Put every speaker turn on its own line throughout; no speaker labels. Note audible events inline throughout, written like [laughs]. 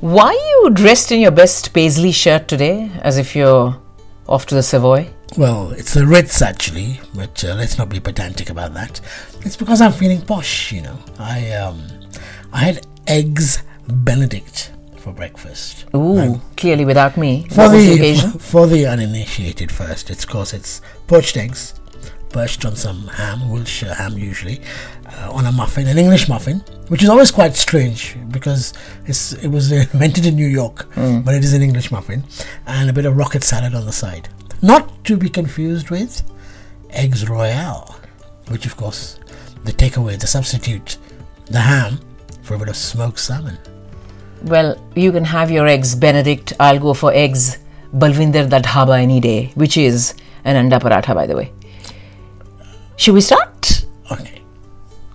Why are you dressed in your best paisley shirt today, as if you're off to the Savoy?
Well, it's the Ritz actually, but uh, let's not be pedantic about that. It's because I'm feeling posh, you know. I um, I had eggs Benedict for breakfast.
Ooh, clearly without me.
For
What was the
the,
occasion?
[laughs] for the uninitiated first, it's of course it's poached eggs, perched on some ham, Wiltshire ham usually, uh, on a muffin, an English muffin, which is always quite strange because it's, it was [laughs] invented in New York, but it is an English muffin, and a bit of rocket salad on the side. Not to be confused with eggs royale, which of course the takeaway, the substitute, the ham for a bit of smoked salmon.
Well, you can have your eggs Benedict. I'll go for eggs Balvinder Da Dhaba any day, which is an anda paratha, by the way. Should we start?
Okay.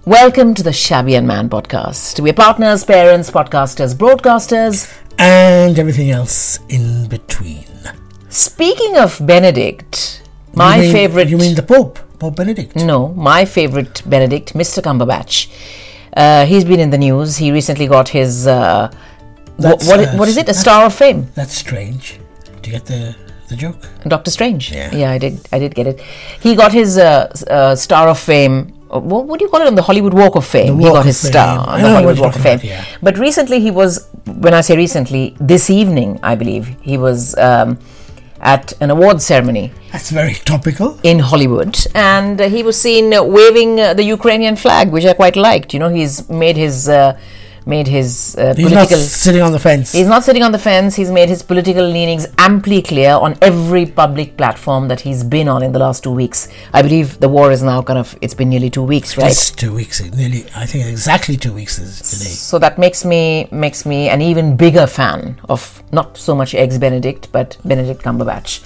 Welcome to the Shabby and Man podcast. We're partners, parents, podcasters, broadcasters.
And everything else in between.
Speaking of Benedict, my
You mean-
favorite. Hmm.
You mean the Pope, Pope Benedict?
No, my favorite Benedict, Mr. Cumberbatch. Uh, he's been in the news. He recently got his. Uh, wh-
That's,
what,
uh,
what is it? A
that's-
Star of Fame.
That's strange. Do you get the the joke?
Doctor Strange.
Yeah.
I did. I did get it. He got his uh, s- uh, star of fame. uh, What, what do you call it on the Hollywood Walk of Fame? he
Walk
got
of
his
Fame.
star
I
on
know
the
what
Hollywood
you're
Walk of Fame.
talking about, yeah.
But recently he was, when I say recently, this evening, I believe, he was um, at an award ceremony
That's very topical.
in Hollywood and uh, he was seen uh, waving uh, the Ukrainian flag, which I quite liked. You know, he's made his. Uh, made his uh,
He's
political
not sitting on the fence.
He's not sitting on the fence. He's made his political leanings amply clear on every public platform that he's been on in the last two weeks. I believe the war is now kind of, it's been nearly two weeks, right?
It's two weeks, nearly. I think exactly two weeks is today.
So that makes me makes me an even bigger fan of not so much ex Benedict but Benedict Cumberbatch.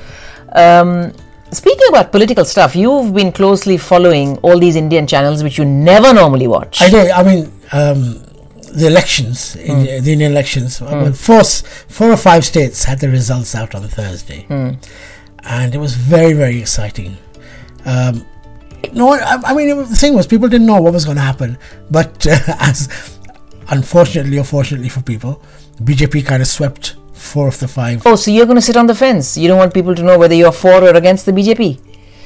Um, speaking about political stuff, you've been closely following all these Indian channels which you never normally watch.
I did. I mean, um, the elections, in, the Indian elections. I mean, four, s- four or five states had the results out on Thursday, and it was very, very exciting. Um, no, one- I, I mean, it was- the thing was, people didn't know what was going to happen, but [laughs] uh, as unfortunately or fortunately for people, BJP kind of swept four of the five.
Oh, so you're going to sit on the fence. You don't want people to know whether you're for or against the BJP.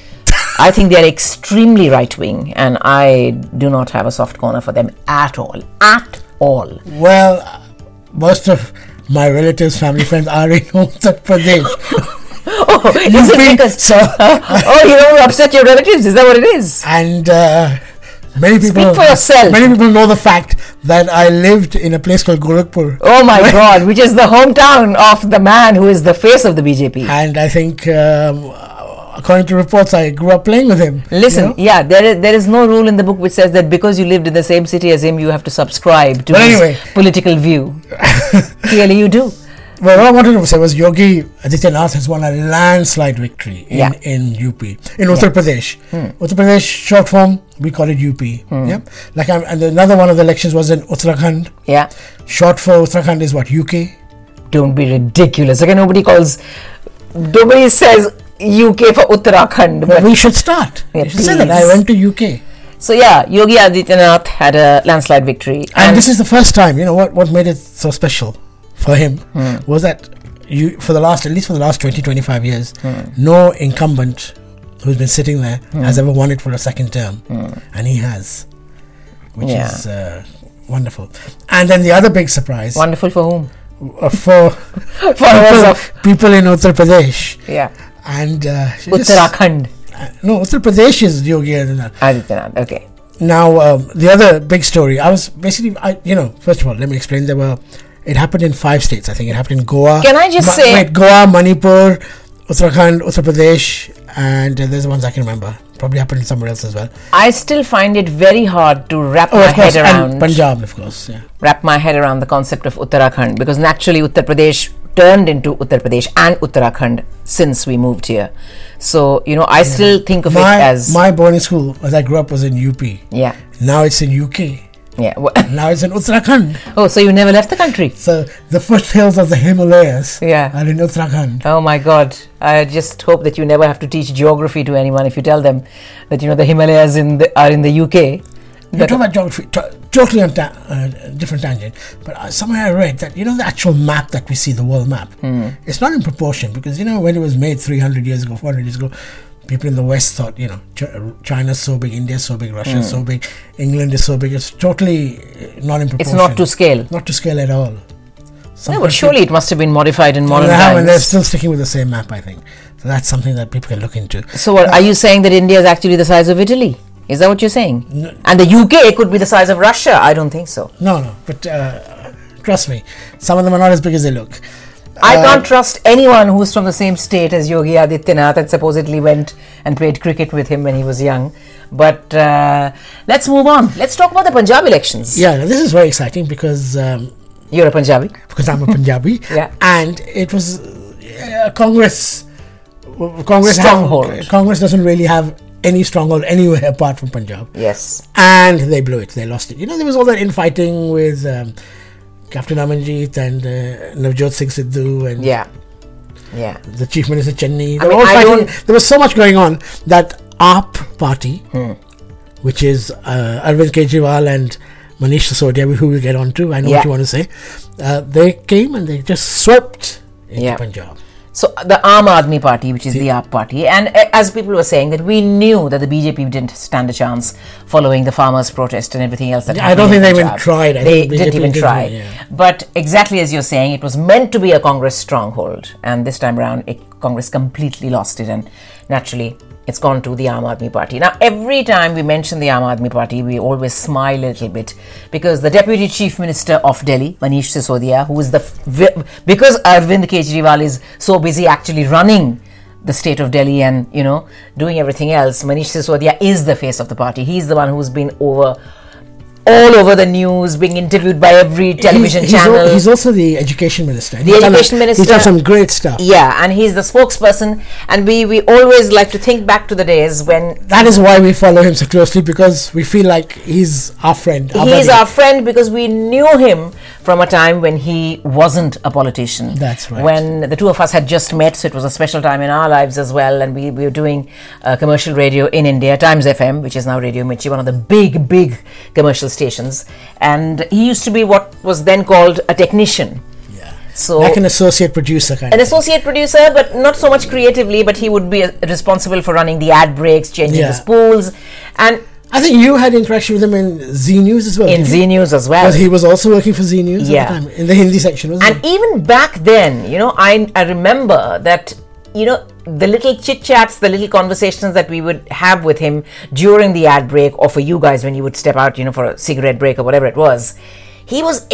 [laughs] I think they're extremely right wing, and I do not have a soft corner for them at all. At all. [laughs]
Well, uh, most of my relatives, family, friends are in [laughs] Uttar Pradesh.
Oh, is it
been-
because.
[laughs] so-
[laughs] oh, you don't upset your relatives. Is that what it is?
and uh, many people
for yourself.
Many people know the fact that I lived in a place called Gorakhpur,
Oh
[laughs]
my god, which is the hometown of the man who is the face of the BJP.
and I think, um, according to reports, I grew up playing with him. you
Listen,
know? [laughs]
yeah, there is, there is no rule in the book which says that because you lived in the same city as him, you have to subscribe to
But
his
anyway.
political view. Clearly, you do.
Well, what I wanted to say was Yogi Adityanath has won a landslide victory in,
Yeah. Hmm.
in UP, in Uttar Pradesh. Uttar Pradesh, short form, we call it UP. Yeah? Like, I'm, and another one of the elections was in Uttarakhand.
Yeah.
Short for Uttarakhand is what, UK?
Don't be ridiculous. Okay, nobody calls, nobody says UK for Uttarakhand.
[laughs]
But
We should start.
Yeah,
we should say that. I
please.
went to UK.
so yeah, Yogi Adityanath had a landslide victory,
and this is the first time you know what what made it so special for him
Hmm.
was that you for the last at least for the last 20 25 years
Hmm.
no incumbent who's been sitting there has ever won it for a second term and he has which
Hmm. Yeah.
is uh, wonderful and then the other big surprise
wonderful for whom?
uh, [laughs] for
[laughs] For us of
people in uttar pradesh
yeah,
and uh, just-
Uttarakhand
uh, no uttar pradesh is yogi Adityanath.
Adityanath. Okay,
Now, um, the other big story, I was basically, I, you know, first of all, let me explain. There were, it happened in five states. I think it happened in Goa.
Can I just
Go-
say-
Wait, Goa, Manipur, Uttarakhand, Uttar Pradesh, and uh, there's the ones I can remember. Probably happened somewhere else as well.
I still find it very hard to wrap
Oh,
my
of course,
head around
and Punjab, of course. Yeah.
wrap my head around the concept of Uttarakhand because naturally Uttar Pradesh turned into Uttar Pradesh and Uttarakhand since we moved here. So you know, I still think of
My,
it as
my boarding school, as I grew up, was in UP.
yeah,
Now it's in UK.
yeah.
Now it's in Uttarakhand.
[laughs] Oh, so you never left the country?
So the foothills of the Himalayas
Yeah.
are in Uttarakhand.
Oh my God! I just hope that you never have to teach geography to anyone if you tell them that you know the Himalayas in the, are in the UK.
Oh, You're talking about geography. To, totally on ta- uh, different tangent, but uh, somewhere I read that you know the actual map that we see, the world map,
Hmm.
it's not in proportion because you know when it was made 300 years ago, 400 years ago, people in the West thought you know Ch- China's so big, India's so big,
Hmm.
Russia's so big, England is so big. It's totally uh, not in proportion.
It's not to scale.
not to scale at all. Some
No, but
countries-
surely it must have been modified in modern
Yeah, and they're
times.
still sticking with the same map, I think. So that's something that people can look into.
So, what, are you saying that India is actually the size of Italy? Is that what you're saying?
No.
And the UK could be the size of Russia? I don't think so.
No, no, but uh, trust me, some of them are not as big as they look.
I
Uh,
can't trust anyone who's from the same state as Yogi Adityanath and supposedly went and played cricket with him when he was young. But uh, let's move on. Let's talk about the Punjab elections.
Yeah, this is very exciting because um,
You're a Punjabi. [laughs]
because I'm a Punjabi.
Yeah.
And it was uh, Congress. Congress
Stronghold.
Congress doesn't really have any stronghold anywhere apart from Punjab.
Yes.
and they blew it. They lost it. You know, there was all that infighting with um, Captain Amanjit and uh, Navjot Singh Sidhu and
Yeah. Yeah.
the Chief Minister Chenni. They
I
were
mean,
all
I
fighting.
don't-
There was so much going on that AAP party,
Hmm.
which is uh, Arvind Kejriwal and Manish Sisodia, who we'll get on to, I know
Yeah.
what you want to say, uh, they came and they just swept into
Yeah.
Punjab.
So the Aam Aadmi Party, which is the AAP party, and a- as people were saying that we knew that the BJP didn't stand a chance following the farmers' protest and everything else that
Yeah, I
happened.
don't
in
think they even
Punjab.
tried. I
they
think BJP
didn't even
didn't
try.
even, yeah.
But exactly as you're saying, it was meant to be a Congress stronghold, and this time around, it, Congress completely lost it, and naturally. It's gone to the Aam Aadmi Party. Now, every time we mention the Aam Aadmi Party, we always smile a little bit because the Deputy Chief Minister of Delhi, Manish Sisodia, who is the f- because Arvind Kejriwal is so busy actually running the state of Delhi and you know doing everything else, Manish Sisodia is the face of the party. He's the one who's been over all over the news, being interviewed by every television
he's, he's al-
channel.
he's also the education minister. The
education minister-
He's done some great stuff.
yeah, and he's the spokesperson. And we, we always like to think back to the days when
That is why we follow him so closely because we feel like he's our friend. Our
he's
buddy.
our friend because we knew him from a time when he wasn't a politician.
That's right.
When the two of us had just met, so it was a special time in our lives as well. And we, we were doing uh, commercial radio in India, Times FM, which is now Radio Mirchi, one of the big, big commercial stations. And he used to be what was then called a technician.
Yeah.
So
like an associate producer kind
an
of.
associate producer, but not so much creatively. But he would be uh, responsible for running the ad breaks, changing the
Yeah.
spools, and
I think you had interaction with him in Z News as well.
in
didn't
Z
you?
News as well.
But he was also working for Z News
Yeah.
at the time in the Hindi section, wasn't
and even back then, you know, I I remember that you know the little chit chats, the little conversations that we would have with him during the ad break, or for you guys when you would step out, you know, for a cigarette break or whatever it was. He was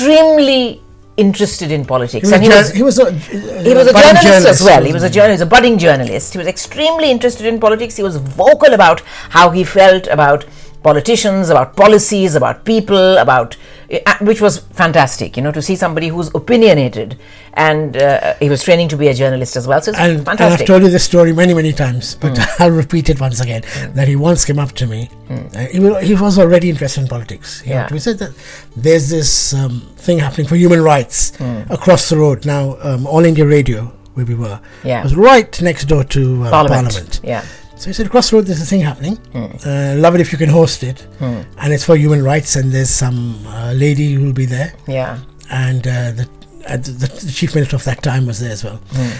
extremely interested in politics, and he was
he was a, uh,
he was a
budding
journalist, as well.
wasn't
He was a journalist, a budding journalist. He was extremely interested in politics. He was vocal about how he felt about politicians, about policies, about people, about uh, which was fantastic. You know, to see somebody who's opinionated, and uh, he was training to be a journalist as well. So it's
And, and I've
fantastic. Hmm.
told you this story many, many times, but [laughs] I'll repeat it once again. That he once came up to me. uh, he, wa- he was already interested in politics. He
Yeah.
yeah. said that there's this um, thing happening for human rights
Hmm.
across the road. Now, um, All India Radio, where we were,
Yeah.
was right next door to uh,
Parliament.
Parliament.
Yeah.
So he said, across the road, there's a thing happening.
Hmm.
Uh, love it if you can host it. And it's for human rights, and there's some uh, lady who'll be there
Yeah.
and uh, the, uh, the the chief minister of that time was there as well.
Hmm.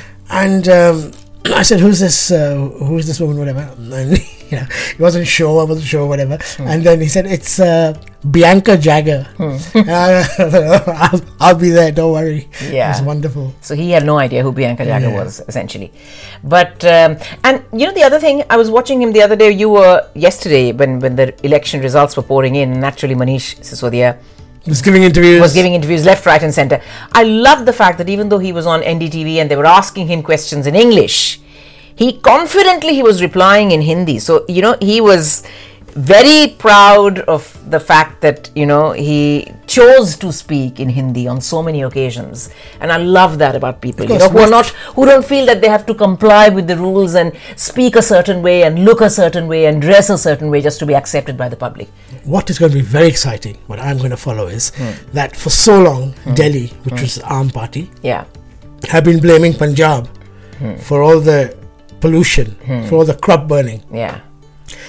And um, [clears throat] I said, "Who's this? Uh, who's this woman? Whatever." [laughs] And you know, he wasn't sure. I wasn't sure. Whatever.
Hmm.
And then he said, "It's uh, Bianca Jagger." [laughs] And I- [laughs] I'll, I'll be there. Don't worry.
Yeah.
it was wonderful.
So he had no idea who Bianca Jagger
Yeah.
was essentially, but um, and you know the other thing I was watching him the other day. You were yesterday when when the election results were pouring in. and Naturally, Manish Sisodia
He was giving interviews.
was giving interviews left, right, and center. I love the fact that even though he was on NDTV and they were asking him questions in English, he confidently he was replying in Hindi. So you know he was very proud of the fact that you know he chose to speak in Hindi on so many occasions, and I love that about people you know,
course,
who are not who don't feel that they have to comply with the rules and speak a certain way and look a certain way and dress a certain way just to be accepted by the public.
what is going to be very exciting, what I'm going to follow is
Hmm.
that for so long, Delhi, which was the armed party,
Yeah,
have been blaming
Hmm.
Punjab for all the pollution, for all the crop burning.
yeah.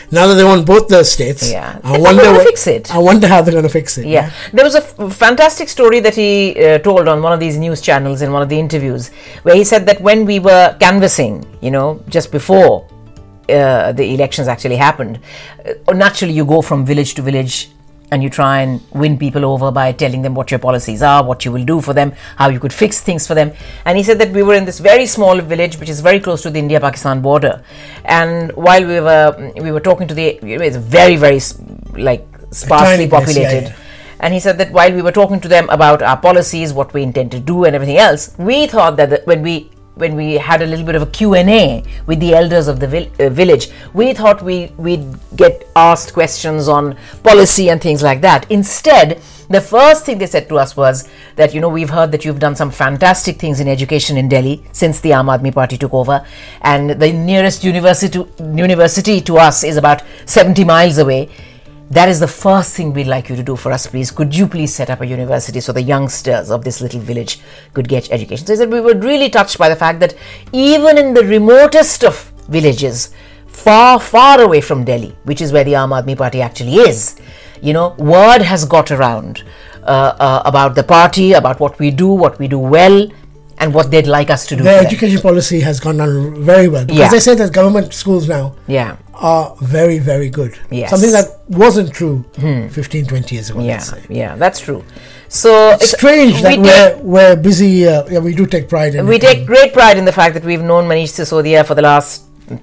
Now that they want both the states,
Yeah.
I
They're
wonder
gonna
wha-
fix it.
I wonder how they're going to fix it.
Yeah, there was a f- fantastic story that he uh, told on one of these news channels in one of the interviews, where he said that when we were canvassing, you know, just before uh, the elections actually happened, uh, naturally you go from village to village and you try and win people over by telling them what your policies are, what you will do for them, how you could fix things for them. And he said that we were in this very small village, which is very close to the India-Pakistan border, and while we were we were talking to the it's very very s- like sparsely
tiny place, yeah,
populated.
yeah.
And he said that while we were talking to them about our policies, what we intend to do, and everything else, we thought that the, when we when we had a little bit of a Q&A with the elders of the vil- uh, village, we thought we, we'd get asked questions on policy and things like that. Instead, the first thing they said to us was that, you know, we've heard that you've done some fantastic things in education in Delhi since the Aam Aadmi Party took over. And the nearest university to, university to us is about 70 miles away. That is the first thing we'd like you to do for us, please. Could you please set up a university so the youngsters of this little village could get education? So he said we were really touched by the fact that even in the remotest of villages, far, far away from Delhi, which is where the Aam Aadmi Party actually is, you know, word has got around uh, uh, about the party, about what we do, what we do well, and what they'd like us to do.
Their
for them.
education policy has gone down very well because
Yeah.
they say that government schools now
Yeah.
are very, very good.
Yes. Hmm.
Something that wasn't true 15, 20 years ago.
Yeah,
Let's say.
yeah, that's true. So it's
Strange that
we
we are
take-
we're busy. Uh, yeah, we do take pride in.
We
it.
take great pride in the fact that we've known Manish Sisodia for the last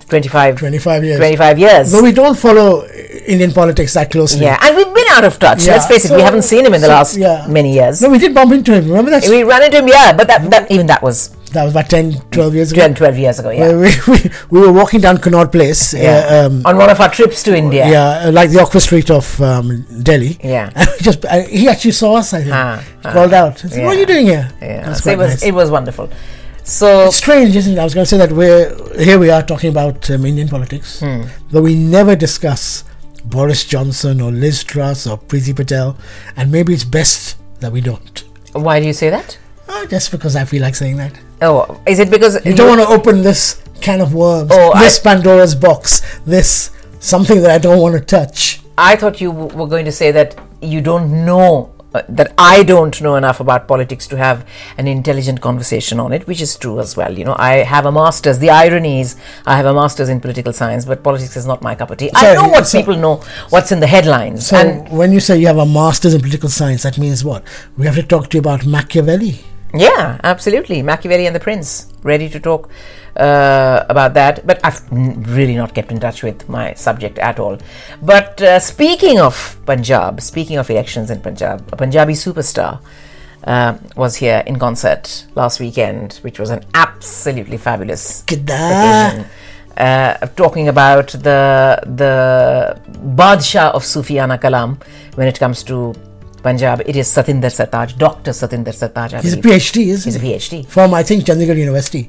25,
25 years.
25 years.
Though we don't follow Indian politics that closely.
yeah, and we've been out of touch.
Yeah,
Let's face it, we
so-
haven't seen him in the
so,
last
yeah.
many years.
No, we did bump into him. Remember that?
We ran into him, yeah, but that, that even that was
that was about 10, 12 years ago.
10, 12 years ago, yeah.
Where [laughs] we, we, we were walking down Connaught Place.
yeah.
Uh, um,
On one of our trips to India.
yeah, uh, like the Oxford Street of um, Delhi.
Yeah.
[laughs] And we just uh, he actually saw us. I think
Ah,
He called out. He said, What are
yeah.
you doing here?
Yeah,
That's
so it
quite
was
nice.
it was wonderful. So
It's strange, isn't it? I was going to say that we're here. We are talking about um, Indian politics,
Hmm.
but we never discuss Boris Johnson or Liz Truss or Priti Patel, and maybe it's best that we don't.
why do you say that?
Uh, just because I feel like saying that.
Oh, is it because
You don't want to open this can of worms,
Oh, I-
this Pandora's box, this something that I don't want to touch.
I thought you w- were going to say that you don't know uh, that I don't know enough about politics to have an intelligent conversation on it, which is true as well. You know, I have a master's. The irony is, I have a master's in political science, but politics is not my cup of tea. I
Sorry,
know what
so-
people know, what's in the headlines,
So
and
when you say you have a master's in political science, that means what? We have to talk to you about Machiavelli.
yeah, absolutely, Machiavelli and the Prince, ready to talk uh, about that. But I've n- really not kept in touch with my subject at all. But uh, speaking of Punjab, speaking of elections in Punjab, a Punjabi superstar. uh, was here in concert last weekend, which was an absolutely fabulous
Kida.
occasion. Uh, talking about the the Badshah of Sufiana Kalam when it comes to Punjab, it is Satinder Sartaj, Doctor Satinder Sartaj. I
He's a
believe.
PhD, isn't
He's a
he?
PhD.
From I think Chandigarh University.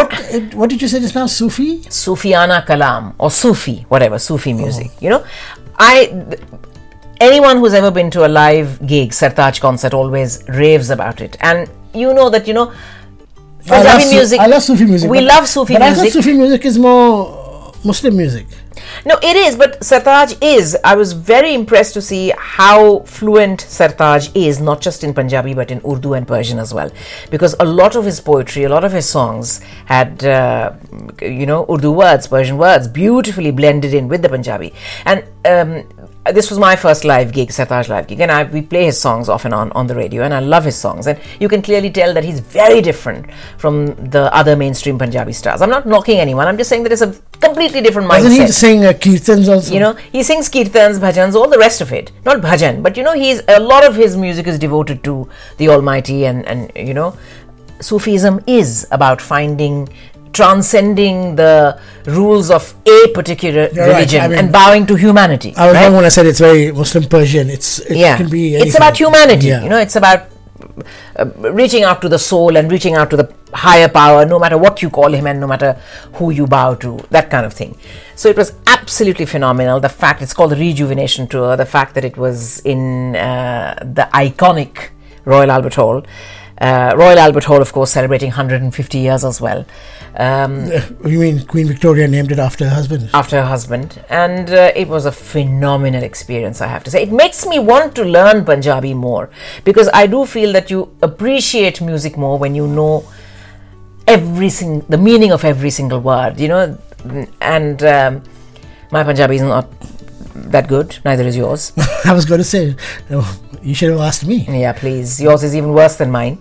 What uh, what did you say just now? Sufi?
Sufiana Kalam or Sufi, whatever Sufi music.
Oh.
You know, I th- anyone who's ever been to a live gig, Sartaj concert, always raves about it, and you know that you know.
I love,
Punjabi
Su-
Oh, music.
I love Sufi music.
We
but-
love Sufi
but I
music.
thought Sufi music is more Muslim music.
No, it is, but Sartaj is. I was very impressed to see how fluent Sartaj is, not just in Punjabi but in Urdu and Persian as well. Because a lot of his poetry, a lot of his songs had, uh, you know, Urdu words, Persian words, beautifully blended in with the Punjabi. And um, this was my first live gig, Sartaj live gig, and I, we play his songs off and on on the radio, and I love his songs. And you can clearly tell that he's very different from the other mainstream Punjabi stars. I'm not knocking anyone. I'm just saying that it's a completely different mindset.
Doesn't he sing uh, kirtans also?
You know, he sings kirtans, bhajans, all the rest of it. Not bhajan, but you know, he's a lot of his music is devoted to the Almighty, and and you know, Sufism is about finding, transcending the rules of a particular
You're right,
religion
I mean-
and bowing to humanity.
I was
right?
wrong when I said it's very Muslim Persian. It's it
yeah,
can be.
it's
anything.
about humanity.
Yeah.
You know, it's about uh, reaching out to the soul and reaching out to the higher power, no matter what you call him and no matter who you bow to, that kind of thing. So it was absolutely phenomenal. The fact it's called the Rejuvenation Tour, the fact that it was in uh, the iconic Royal Albert Hall. Uh, Royal Albert Hall, of course, celebrating 150 years as well. Um,
You mean Queen Victoria named it after her husband? [laughs]
after her husband, and uh, it was a phenomenal experience, I have to say. It makes me want to learn Punjabi more because I do feel that you appreciate music more when you know every sing- the meaning of every single word, you know. And um, my Punjabi is not that good, neither is yours.
I was going to say, oh, you should have asked me.
yeah, please, yours is even worse than mine.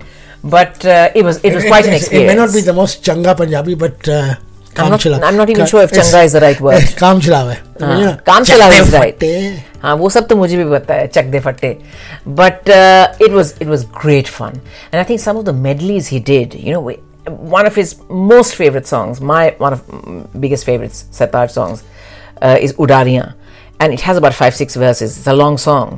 But uh, it was it was quite an
[laughs] It- it-
experience.
It may not be the most changa Punjabi, but uh,
I'm
kaam
not,
chila.
I'm not even
Ka-
sure if
it's-
changa is the
[laughs]
right word.
काम चलावे
हाँ, काम चलावे is right. हाँ वो सब तो मुझे भी पता है चक दे फट्टे but it was it was great fun and I think some of the medleys he did you know one of his most favorite songs my one of mm, biggest favorites Sartaaj songs uh, is Udariyan and it has about five six verses it's a long song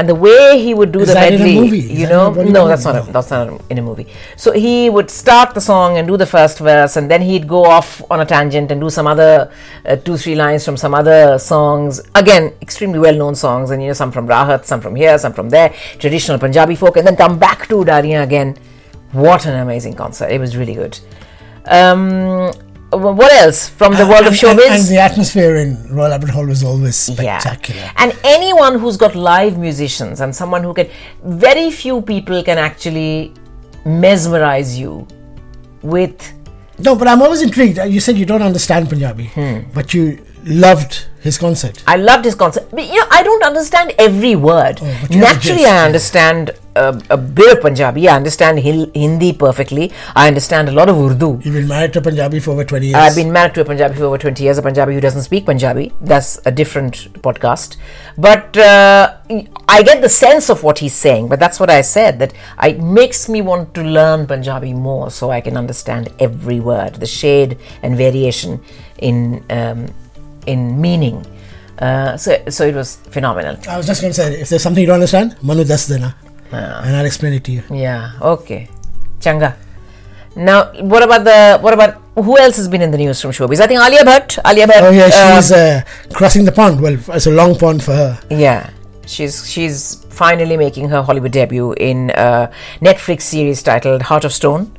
and the way he would do
Is
the
that in a
medley
movie? Is
you
that in
know
a bloody
no
movie?
that's not a,
No.
that's not in a movie. So he would start the song and do the first verse, and then he'd go off on a tangent and do some other uh, two, three lines from some other songs. Again, extremely well-known songs, and you know some from Rahat, some from here, some from there, traditional Punjabi folk, and then come back to Dariya again. What an amazing concert! It was really good. Um, wh- what else from the world of showbiz?
Uh, And, the atmosphere in Royal Albert Hall was always spectacular.
Yeah. And anyone who's got live musicians and someone who can, very few people can actually mesmerize you with.
No, but I'm always intrigued. Uh, You said you don't understand Punjabi,
Hmm.
but you loved his concert.
I loved his concert. But, you know, I don't understand every word.
Oh, but you have a
Naturally,
gist,
I understand uh, a, a bit of Punjabi. I understand Hil- Hindi perfectly. I understand a lot of Urdu.
You've been married to Punjabi for over 20 years.
I've been married to a Punjabi for over 20 years, a Punjabi who doesn't speak Punjabi. That's a different podcast. But uh, I get the sense of what he's saying, but that's what I said that I- it makes me want to learn Punjabi more so I can understand every word, the shade and variation in, um, in meaning. Uh, so, so it was phenomenal.
I was just going to say, if there's something you don't understand, Manu Das Dena. And I'll explain it to you.
Yeah, okay. Changa. Now, what about the what about who else has been in the news from showbiz? I think Alia Bhatt. Alia Bhatt.
Oh, yeah,
uh,
she's uh, crossing the pond. Well, it's a long pond for her.
Yeah, she's she's finally making her Hollywood debut in a Netflix series titled Heart of Stone,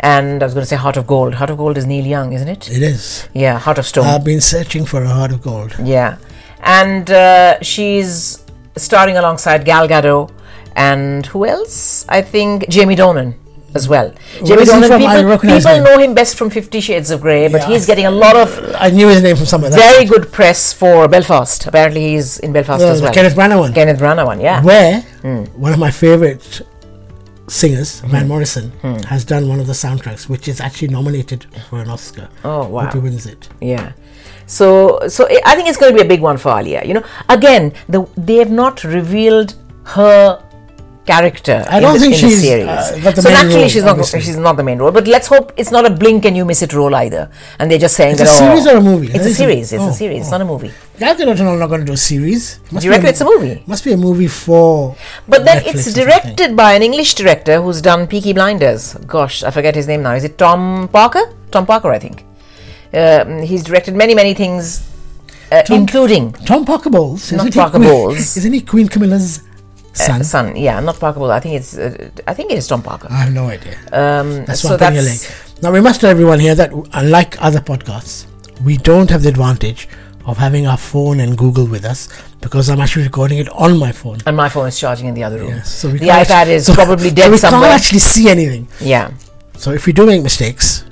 and I was going to say Heart of Gold. Heart of Gold is Neil Young, isn't it?
It is.
Yeah, Heart of Stone.
I've been searching for a heart of gold.
yeah, and uh, she's starring alongside Gal Gadot and who else? I think Jamie Donan. As well, Jamie
is he
Donan.
from? I
People,
recognize
people
him.
know him best from Fifty Shades of Grey, but
Yeah.
he's getting a lot of
I knew his name from somewhere. That's
very good press for Belfast. Apparently, he's in Belfast
the,
as
the
well. Hmm.
Kenneth Branagh one.
Kenneth Branagh one, yeah.
where one of my favorite singers,
Hmm.
Van Morrison, has done one of the soundtracks, which is actually nominated for an Oscar.
Oh, wow.
Hope he wins it.
Yeah. So so eh, I I think it's going to be a big one for Alia. You know, again, the, they have not revealed her character.
I
in
don't
the,
think
in the
she's,
series.
uh, got the
so
main
naturally,
role,
she's not
obviously.
she's not the main role. But let's hope it's not a blink and you miss it role either. And they're just saying
It's a
that. oh,
series or a movie?
It's
That
a
is a-
series. It's
oh,
a series. It's not a movie.
Gal Gadot and all are not going to do a series. Must
Do you
be
reckon it's a movie?
Must be a movie for.
But then
Netflix or
it's
something.
directed by an English director who's done Peaky Blinders. Gosh, I forget his name now. Is it Tom Parker? Tom Parker, I think. Um, he's directed many many things, uh,
Tom-
including
Tom Parker Bowles.
Not
isn't he
Parker
Queen-
Bowles.
[laughs]
Uh,
Isn't he Queen Camilla's son?
son. Yeah, not Parker Bowles. I think it's. Uh, I think it is Tom Parker.
I have no idea.
Um,
That's
so
one thing you
that's
like. Now we must tell everyone here that w- unlike other podcasts, we don't have the advantage of having our phone and Google with us because I'm actually recording it on my phone.
and my phone is charging in the other room.
Yes, so we
the
can't
iPad
actu-
is
so-
probably
[laughs] so
dead
we
somewhere.
can't actually see anything.
yeah,
So if we do make mistakes,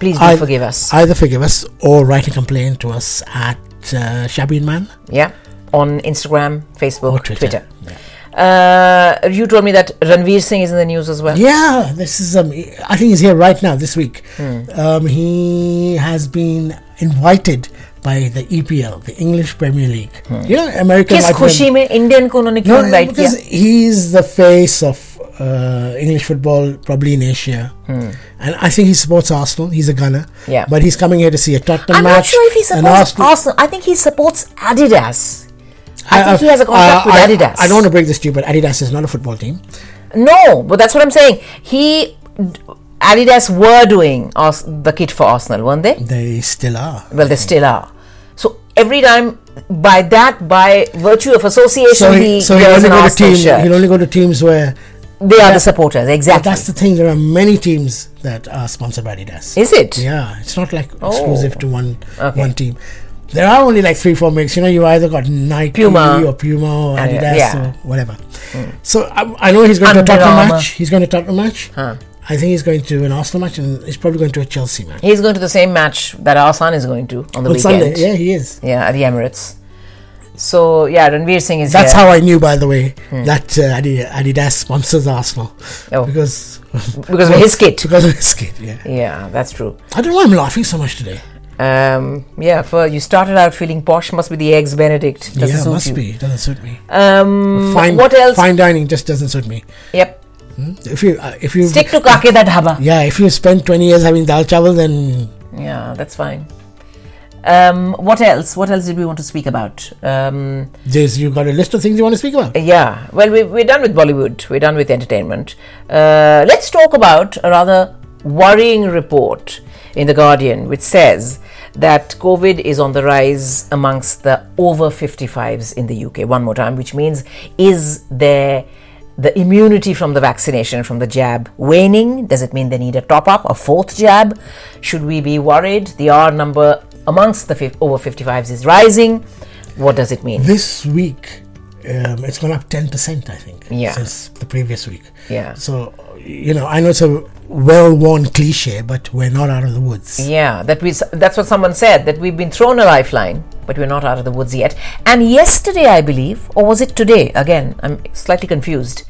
please do
I-
forgive us.
either forgive us or write a complaint to us at uh, Shabin Man.
yeah, on Instagram, Facebook,
Or Twitter.
Twitter. Uh, you told me that Ranveer Singh is in the news as well.
Yeah, this is um, I think he's here right now this week.
Hmm.
Um, he has been invited by the EPL, the English Premier League.
Hmm.
You know, American.
किस
IPL
खुशी में Indian को उन्होंने क्यों
No,
invite किया?
because he's the face of uh, English football, probably in Asia, and I think he supports Arsenal. He's a Gunner,
Hmm. Yeah.
but he's coming here to see a Tottenham
I'm
match.
not sure if he
an
supports Arsenal. I think he supports Adidas. I, think he has a contract
uh, I-
with Adidas.
I, I don't want to break this to you, but Adidas is not a football team.
No, but that's what I'm saying. He, Adidas were doing Ars- the kit for Arsenal, weren't they?
They still are.
Well, they still are. So every time, by that, by virtue of association,
So
he,
he, so he'll
wears
only
an
go to
Arsenal
teams.
shirt.
He'll only go to teams where
They are the supporters,
But
exactly.
that's the thing. There are many teams that are sponsored by Adidas.
Is it?
Yeah, it's not like exclusive to one
Oh. Okay.
one team. There are only like three, four mix. You know, you either got Nike
Puma.
or Puma or
Adi-
Adidas
yeah. Hmm.
or whatever. So I, I know he's going to a
Under
Tottenham
Armour.
match. He's going to a Tottenham match. I think he's going to an Arsenal match, and he's probably going to a Chelsea match
He's going to the same match that our son is going to on the
on
weekend.
Sunday. Yeah, he is.
Yeah, at the Emirates. So yeah, Ranveer Singh is
That's
here.
how I knew, by the way, that uh, Adi- Adidas sponsors Arsenal
Oh.
because
because of his kit.
[laughs] because of his kid. Yeah,
Yeah, that's true.
I don't know. why I'm laughing so much today.
Um, yeah, for you started out feeling posh, must be the eggs Benedict. Doesn't
yeah,
suit
must
you.
be. Doesn't suit me.
Um,
Fine.
what else?
Fine dining just doesn't suit me.
Yep.
If you uh, if you
Stick to Kake that dhaba.
Yeah, if you spend 20 years having dal chawal, then
Yeah, that's fine. Um, what else? What else did we want to speak about? Um,
there's you got a list of things you want to speak about.
Yeah, well, we, we're done with Bollywood, we're done with entertainment. Uh, let's talk about a rather worrying report in The Guardian, which says that COVID is on the rise amongst the over 55s in the UK, one more time, which means is there the immunity from the vaccination, from the jab, waning? Does it mean they need a top up, a fourth jab? Should we be worried? The R number amongst the fif- over 55s is rising. What does it mean?
This week, um, it's gone up 10%, I think,
Yeah.
since the previous week.
Yeah.
So, you know, I know it's a well worn cliche, but we're not out of the woods.
Yeah, that we that's what someone said that we've been thrown a lifeline, but we're not out of the woods yet. And yesterday, I believe, or was it today? Again, I'm slightly confused.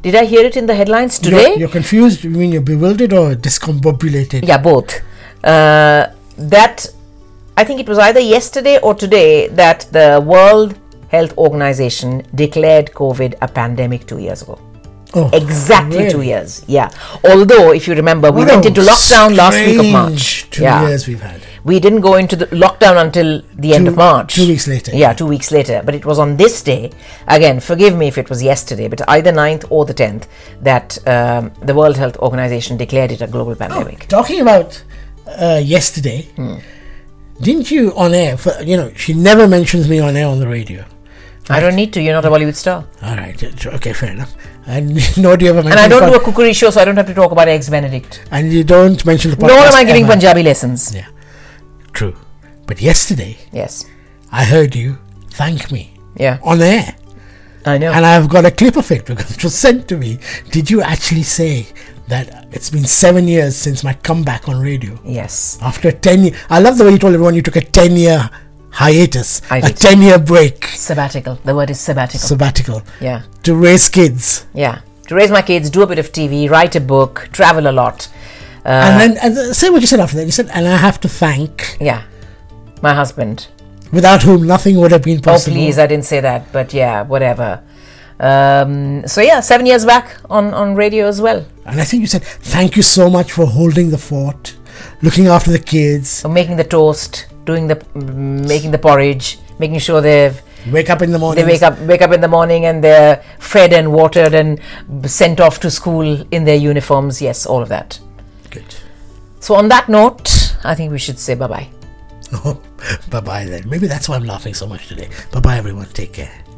Did I hear it in the headlines
You're-
today?
You're, confused, you mean you're bewildered or discombobulated?
yeah, both. Uh, that I think it was either yesterday or today that the World Health Organization declared COVID a pandemic two years ago.
Oh,
Exactly
really?
two years. Yeah. Although, if you remember, we
What
went
a
into lockdown last week of
strange
March.
Two
yeah.
years we've had.
We didn't go into the lockdown until the end
Two-
of March.
two weeks later.
Yeah, two weeks later. But it was on this day, again, forgive me if it was yesterday, but either 9th or the 10th, that um, the World Health Organization declared it a
Oh,
global pandemic.
Talking about uh, yesterday, didn't you on air? For, you know, she never mentions me on air on the radio.
I don't need to, you're not a Bollywood star.
All right. it's- Okay. Fair enough. And [laughs] nor do you ever mention.
And I
the
don't do a
pod-
cookery show, so I don't have to talk about eggs Benedict.
and you don't mention the podcast.
Nor am I giving
ever.
Punjabi lessons.
Yeah. True. But yesterday,
Yes.
I heard you thank me
Yeah,
on air,
I know.
and I've got a clip of it because it was sent to me. Did you actually say that it's been seven years since my comeback on radio?
yes.
After ten, year, I love the way you told everyone you took a ten-year hiatus,
I
a
did.
ten-year break,
Sabbatical. The word is sabbatical.
sabbatical,
yeah.
to raise kids.
Yeah. To raise my kids, do a bit of TV, write a book, travel a lot. Uh,
and then and th- say what you said after that. You said, and I have to thank,
yeah. My husband.
without whom nothing would have been
Oh,
possible.
please, I didn't say that, but yeah, whatever. Um, so yeah, seven years back on, on radio as well,
And I think you said, thank you so much for holding the fort, looking after the kids,
so making the toast, doing the mm, making the porridge, making sure they
wake up in the morning.
they wake up wake up in the morning and they're fed and watered and sent off to school in their uniforms. Yes, all of that.
Good. [laughs]
So on that note, I think we should say bye bye.
bye bye then. Maybe that's why I'm laughing so much today. Bye bye, everyone. Take care.